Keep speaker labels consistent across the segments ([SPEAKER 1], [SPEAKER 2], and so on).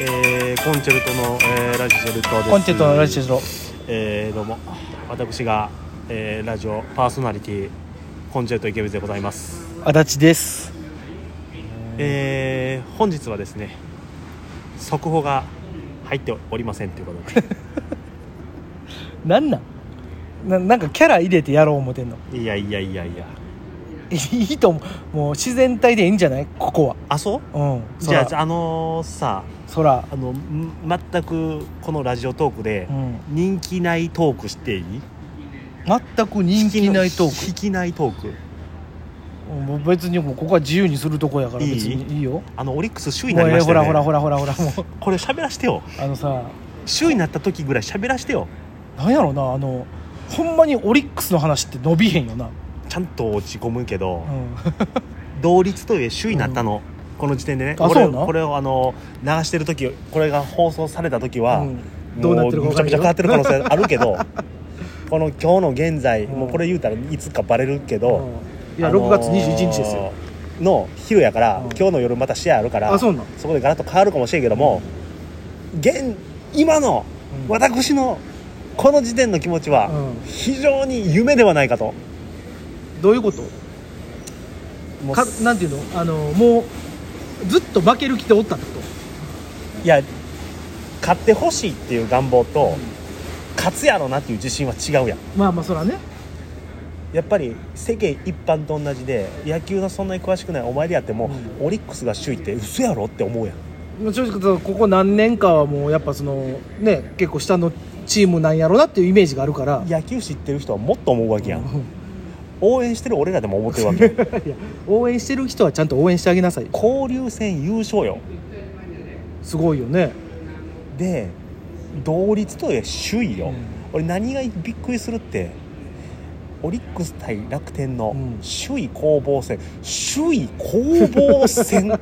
[SPEAKER 1] えーコンチェルトの、えーラジシェルトです
[SPEAKER 2] コンチェルトのラジシェルト
[SPEAKER 1] えーどうも私が、えーラジオパーソナリティコンチェルト池水でございます
[SPEAKER 2] 足立です
[SPEAKER 1] えー本日はですね速報が入っておりませんということで
[SPEAKER 2] なんなんななんかキャラ入れてやろう思てんの
[SPEAKER 1] いやいやいやいや
[SPEAKER 2] いいと思うもう自然体でいいんじゃないここ
[SPEAKER 1] あそう
[SPEAKER 2] はうん
[SPEAKER 1] じ
[SPEAKER 2] そ
[SPEAKER 1] ゃあ
[SPEAKER 2] ら
[SPEAKER 1] じゃああのーさ
[SPEAKER 2] そら
[SPEAKER 1] あのん全くこのラジオトークで
[SPEAKER 2] うん
[SPEAKER 1] 人気ないトークしていい
[SPEAKER 2] 全く人気ないトー
[SPEAKER 1] ク引きないトーク
[SPEAKER 2] クもう別にもうここは自由にするとこやから
[SPEAKER 1] いい
[SPEAKER 2] 別にいいよ
[SPEAKER 1] あのオリックス首位にな
[SPEAKER 2] もう
[SPEAKER 1] り
[SPEAKER 2] ええ
[SPEAKER 1] まし
[SPEAKER 2] ほ
[SPEAKER 1] たよ
[SPEAKER 2] ら
[SPEAKER 1] ね
[SPEAKER 2] ほらほらほらほらもう
[SPEAKER 1] これ喋らしてよ
[SPEAKER 2] あのさ
[SPEAKER 1] 首位になった時ぐらい喋らしてよ
[SPEAKER 2] なんやろなあのほんまにオリックスの話って伸びへんよな、
[SPEAKER 1] ちゃんと落ち込むけど、
[SPEAKER 2] うん、
[SPEAKER 1] 同率とはいえ首位になったの、この時点でね
[SPEAKER 2] あ
[SPEAKER 1] これ
[SPEAKER 2] そうなん
[SPEAKER 1] これをあの流してる時これが放送された時は、
[SPEAKER 2] うん、
[SPEAKER 1] も
[SPEAKER 2] どうなってるか
[SPEAKER 1] む
[SPEAKER 2] 分
[SPEAKER 1] ち
[SPEAKER 2] か
[SPEAKER 1] ゃ
[SPEAKER 2] ん
[SPEAKER 1] く
[SPEAKER 2] ない
[SPEAKER 1] ちゃ
[SPEAKER 2] よ
[SPEAKER 1] 変わってる可能性あるけ どこの今日の現在、
[SPEAKER 2] うん
[SPEAKER 1] もうこれ言うたらいつかバレるけど、
[SPEAKER 2] いや、
[SPEAKER 1] あのー
[SPEAKER 2] 6月21日ですよ
[SPEAKER 1] の昼やから、
[SPEAKER 2] うん
[SPEAKER 1] 今日の夜また試合あるから
[SPEAKER 2] あそうなん
[SPEAKER 1] そこでガラッと変わるかもしれんけども、現今の
[SPEAKER 2] うん
[SPEAKER 1] 私のこの時点の気持ちは、
[SPEAKER 2] うん
[SPEAKER 1] 非常に夢ではないかと
[SPEAKER 2] どういうこと
[SPEAKER 1] もう
[SPEAKER 2] かなんていうのあのもうずっと負ける気でおったってこ
[SPEAKER 1] いや勝ってほしいっていう願望と、勝つやろなっていう自信は違うやん
[SPEAKER 2] とまあまあそらね
[SPEAKER 1] やっぱり世間一般と同じで野球のそんなに詳しくないお前でやっても、オリックスが首位って嘘やろって思うやん
[SPEAKER 2] もう正直ここ何年かはもうやっぱそのね結構下のチームなんやろなっていうイメージがあるから
[SPEAKER 1] 野球知ってる人はもっと思うわけやん、
[SPEAKER 2] うん
[SPEAKER 1] 応援してる俺らでも思ってるわけ
[SPEAKER 2] いや応援してる人はちゃんと応援してあげなさい
[SPEAKER 1] 交流戦優勝よ
[SPEAKER 2] すごいよね
[SPEAKER 1] で同率とはいえ首位よ、
[SPEAKER 2] うん
[SPEAKER 1] 俺何がびっくりするってオリックス対楽天の
[SPEAKER 2] うん
[SPEAKER 1] 首位攻防戦、首位攻防戦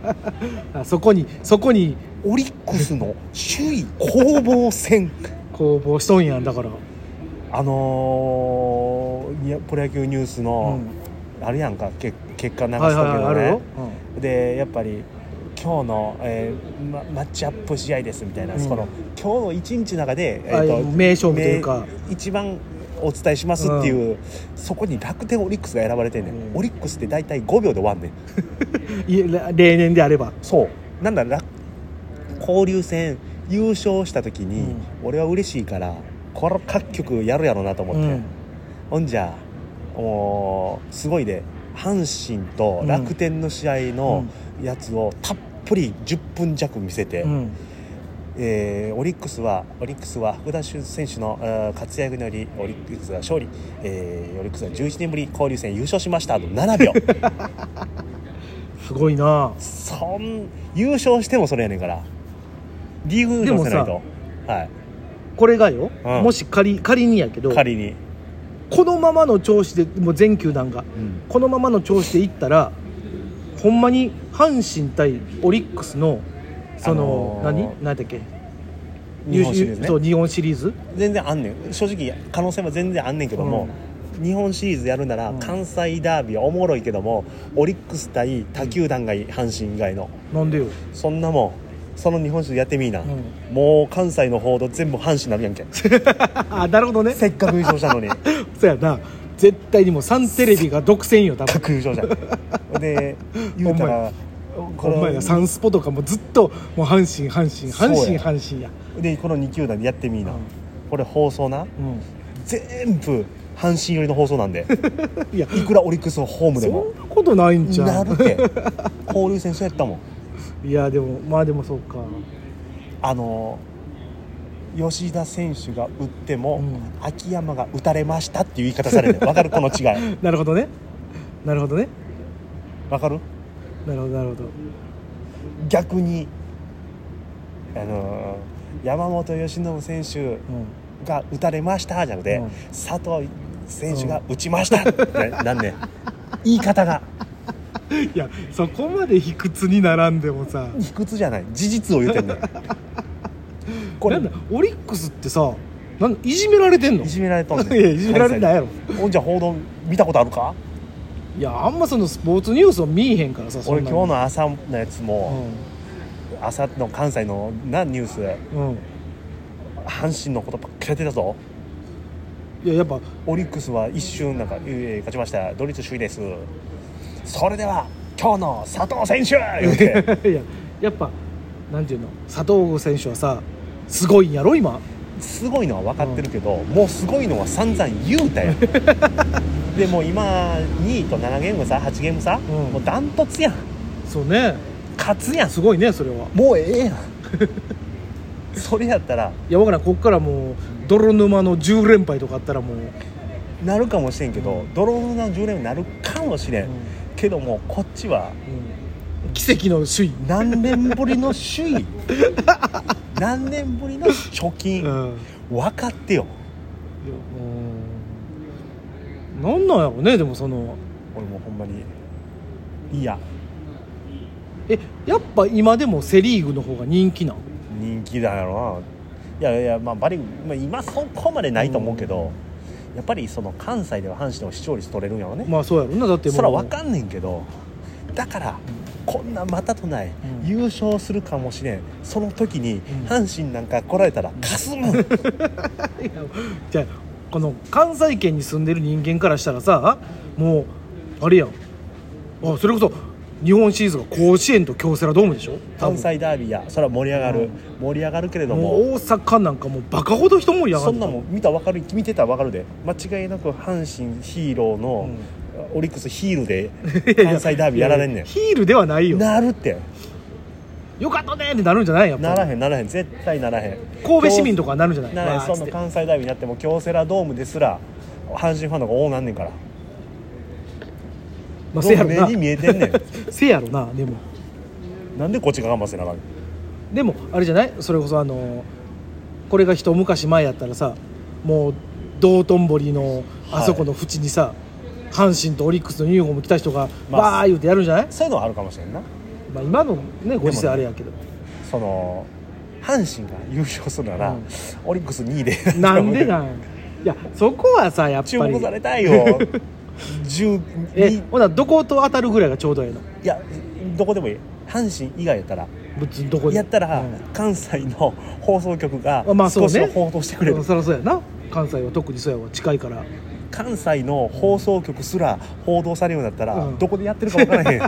[SPEAKER 2] あそこにそこに
[SPEAKER 1] オリックスの首位攻防戦
[SPEAKER 2] 攻防しとんやんだから、あ
[SPEAKER 1] のーいやプロ野球ニュースの、あるやんかけ結果流す時のね、
[SPEAKER 2] あるよ、
[SPEAKER 1] でやっぱり今日の、えーま、マッチアップ試合ですみたいな、
[SPEAKER 2] うん
[SPEAKER 1] その今日の一日の中で、
[SPEAKER 2] ああいう名勝負というか
[SPEAKER 1] 名一番お伝えしますっていう、そこに楽天オリックスが選ばれてんねん、
[SPEAKER 2] うん
[SPEAKER 1] オリックスって大体5秒で終わんねん
[SPEAKER 2] うんいえ例年であれば
[SPEAKER 1] そうなんだら交流戦優勝した時に、
[SPEAKER 2] うん
[SPEAKER 1] 俺は嬉しいからこれ各局やるやろうなと思って、
[SPEAKER 2] うん
[SPEAKER 1] ほんじゃもうすごいで阪神と楽天の試合のやつをたっぷり10分弱見せて、
[SPEAKER 2] うん
[SPEAKER 1] えーオリックスはオリックスは福田選手のあー活躍によりオリックスが勝利、えーオリックスは11年ぶり交流戦優勝しましたと7秒
[SPEAKER 2] すごいな
[SPEAKER 1] そん優勝してもそれやねんからリーグ優勝せない
[SPEAKER 2] でも
[SPEAKER 1] と、は
[SPEAKER 2] これがよ、
[SPEAKER 1] うん
[SPEAKER 2] もし仮仮にやけど
[SPEAKER 1] い、仮に、
[SPEAKER 2] このままの調子でもう全球団がこのままの調子でいったらほんまに阪神対オリックスのその、
[SPEAKER 1] あのー
[SPEAKER 2] 何何だっけ
[SPEAKER 1] 日本シリーズね
[SPEAKER 2] そう日本シリーズ
[SPEAKER 1] 全然あんねん正直可能性は全然あんねんけども、日本シリーズやるなら
[SPEAKER 2] うん
[SPEAKER 1] 関西ダービーはおもろいけども、オリックス対他球団がいい阪神以外の
[SPEAKER 2] な んでよ、
[SPEAKER 1] そんなもんその日本シリーズやってみいな、
[SPEAKER 2] うん、
[SPEAKER 1] もう関西の報道全部阪神になるやんけ
[SPEAKER 2] あなるほどね
[SPEAKER 1] せっかく優勝 したのにせっ
[SPEAKER 2] そうやな絶対にもうサンテレビが独占よ多
[SPEAKER 1] か
[SPEAKER 2] 分
[SPEAKER 1] く優勝じゃんで言うたらこ
[SPEAKER 2] お
[SPEAKER 1] の
[SPEAKER 2] 前らサンスポとかもずっともう阪神阪神阪神阪神や
[SPEAKER 1] でこの2球団でやってみいな、
[SPEAKER 2] うん
[SPEAKER 1] これ放送な
[SPEAKER 2] う
[SPEAKER 1] 全部阪神寄りの放送なんで
[SPEAKER 2] んいや
[SPEAKER 1] いくらオリックスのホームで
[SPEAKER 2] そ
[SPEAKER 1] も
[SPEAKER 2] んなことないんじゃ
[SPEAKER 1] なんるって交流戦そうやったもん
[SPEAKER 2] いやでもまあでもそうか
[SPEAKER 1] あの吉田選手が打っても、
[SPEAKER 2] うん
[SPEAKER 1] 秋山が打たれましたっていう言い方されてわかるこの違い
[SPEAKER 2] なるほどねなるほどね
[SPEAKER 1] わかる
[SPEAKER 2] なるほどなるほど
[SPEAKER 1] 逆にあの山本由伸選手
[SPEAKER 2] うん
[SPEAKER 1] が打たれましたじゃなくて、
[SPEAKER 2] うん
[SPEAKER 1] 佐藤選手が打ちました、ってなんねん言い方が
[SPEAKER 2] いやそこまで卑屈に並んでもさ
[SPEAKER 1] 卑屈じゃない事実を言うてんねんこれ
[SPEAKER 2] なんだオリックスってさなんいじめられてんの
[SPEAKER 1] い
[SPEAKER 2] い
[SPEAKER 1] じめられとんねん
[SPEAKER 2] やいじめられてないやろ
[SPEAKER 1] ほんじゃ報道見たことあるか
[SPEAKER 2] いやあんまそのスポーツニュースを見えへんからさそ
[SPEAKER 1] 俺
[SPEAKER 2] んな
[SPEAKER 1] 今日の朝のやつも、
[SPEAKER 2] う
[SPEAKER 1] 朝の関西のなニュース
[SPEAKER 2] うん
[SPEAKER 1] 阪神のことばっかりやってたぞ
[SPEAKER 2] いやや っぱ
[SPEAKER 1] オリックスは一瞬なんか、えー勝ちましたドリツ首位ですそれでは今日の佐藤選手言うて
[SPEAKER 2] いややっぱなんていうの佐藤選手はさすごいんやろ今
[SPEAKER 1] すごいのは分かってるけど、もうすごいのは散々言うた やんでもう今2位と7ゲーム差8ゲーム差、もうダントツやん
[SPEAKER 2] そうね
[SPEAKER 1] 勝つやん
[SPEAKER 2] すごいねそれは
[SPEAKER 1] もうええやん それやったら
[SPEAKER 2] いやわからんこっからもう泥沼の10連敗とかあったらもう、
[SPEAKER 1] なるかもしれんけど、泥棒の10連になるかもしれん、
[SPEAKER 2] うん
[SPEAKER 1] けどもこっちは
[SPEAKER 2] うん奇跡の首位
[SPEAKER 1] 何年ぶりの首 位何年ぶりの貯金、
[SPEAKER 2] うん
[SPEAKER 1] 分かってよ
[SPEAKER 2] うんなんなんやろねでもその
[SPEAKER 1] 俺もうほんまにいや
[SPEAKER 2] えやっぱ今でもセ・リーグの方が人気なん
[SPEAKER 1] 人気だろうないやいやまあバリ、まあ、今そこまでないと思うけど、やっぱりその関西では阪神の視聴率取れるんやろね、
[SPEAKER 2] まあそうやろなだってもう
[SPEAKER 1] そら分かんねんけどだからこんなまたとない、
[SPEAKER 2] うん
[SPEAKER 1] 優勝するかもしれんその時に
[SPEAKER 2] ん
[SPEAKER 1] 阪神なんか来られたらかすむ、
[SPEAKER 2] いやじゃあこの関西圏に住んでる人間からしたらさもうあれやんあそれこそ日本シリーズが甲子園と京セラドームでしょ多分
[SPEAKER 1] 関西ダービーやそれは盛り上がる、盛り上がるけれど
[SPEAKER 2] も
[SPEAKER 1] も
[SPEAKER 2] う大阪なんかもうバカほど人もやが
[SPEAKER 1] そんなもん見たら分かる見てたら分かるで間違いなく阪神ヒーローの、オリックスヒール で関西ダービーやられんね
[SPEAKER 2] ヒールではない
[SPEAKER 1] ん
[SPEAKER 2] よ
[SPEAKER 1] なるって
[SPEAKER 2] よかったねってなるんじゃないやっぱ
[SPEAKER 1] ならへんならへん絶対ならへん
[SPEAKER 2] 神戸市民とかはなるんじゃない
[SPEAKER 1] ならへん
[SPEAKER 2] わーっ
[SPEAKER 1] そ
[SPEAKER 2] つっ
[SPEAKER 1] の
[SPEAKER 2] て
[SPEAKER 1] 関西ダービーになっても京セラドームですら阪神ファンの方が多なんねんから
[SPEAKER 2] まあ、せやろ
[SPEAKER 1] 目に見
[SPEAKER 2] な
[SPEAKER 1] えてんねん
[SPEAKER 2] せやろなでも
[SPEAKER 1] なんでこっちが頑張せなあかん
[SPEAKER 2] でもあれじゃないそれこそあのこれが一昔前やったらさもう道頓堀のあそこの縁にさ、阪神とオリックスのユニフォーム着た人が
[SPEAKER 1] まあ
[SPEAKER 2] わー言うてやるんじゃない、
[SPEAKER 1] そういうのはあるかもしれんな
[SPEAKER 2] まあ、今のねご時世あれやけど、
[SPEAKER 1] その阪神が優勝するなら、
[SPEAKER 2] うん
[SPEAKER 1] オリックス2位で
[SPEAKER 2] なんでなんいやそこはさやっ
[SPEAKER 1] 注
[SPEAKER 2] ぱり
[SPEAKER 1] 目されたいよ10
[SPEAKER 2] え
[SPEAKER 1] い
[SPEAKER 2] ほなどこと当たるぐらいがちょうどええの
[SPEAKER 1] やどこでもいい阪神以外やったら
[SPEAKER 2] 別にどこで
[SPEAKER 1] やったら、
[SPEAKER 2] うん
[SPEAKER 1] 関西の放送局が
[SPEAKER 2] あまあそう
[SPEAKER 1] 少
[SPEAKER 2] ね
[SPEAKER 1] しは報道してくれる、
[SPEAKER 2] そりゃそうやな関西は特にそうやわ近いから
[SPEAKER 1] 関西の放送局すら報道されるようになったら、
[SPEAKER 2] うん
[SPEAKER 1] どこでやってるか分からへん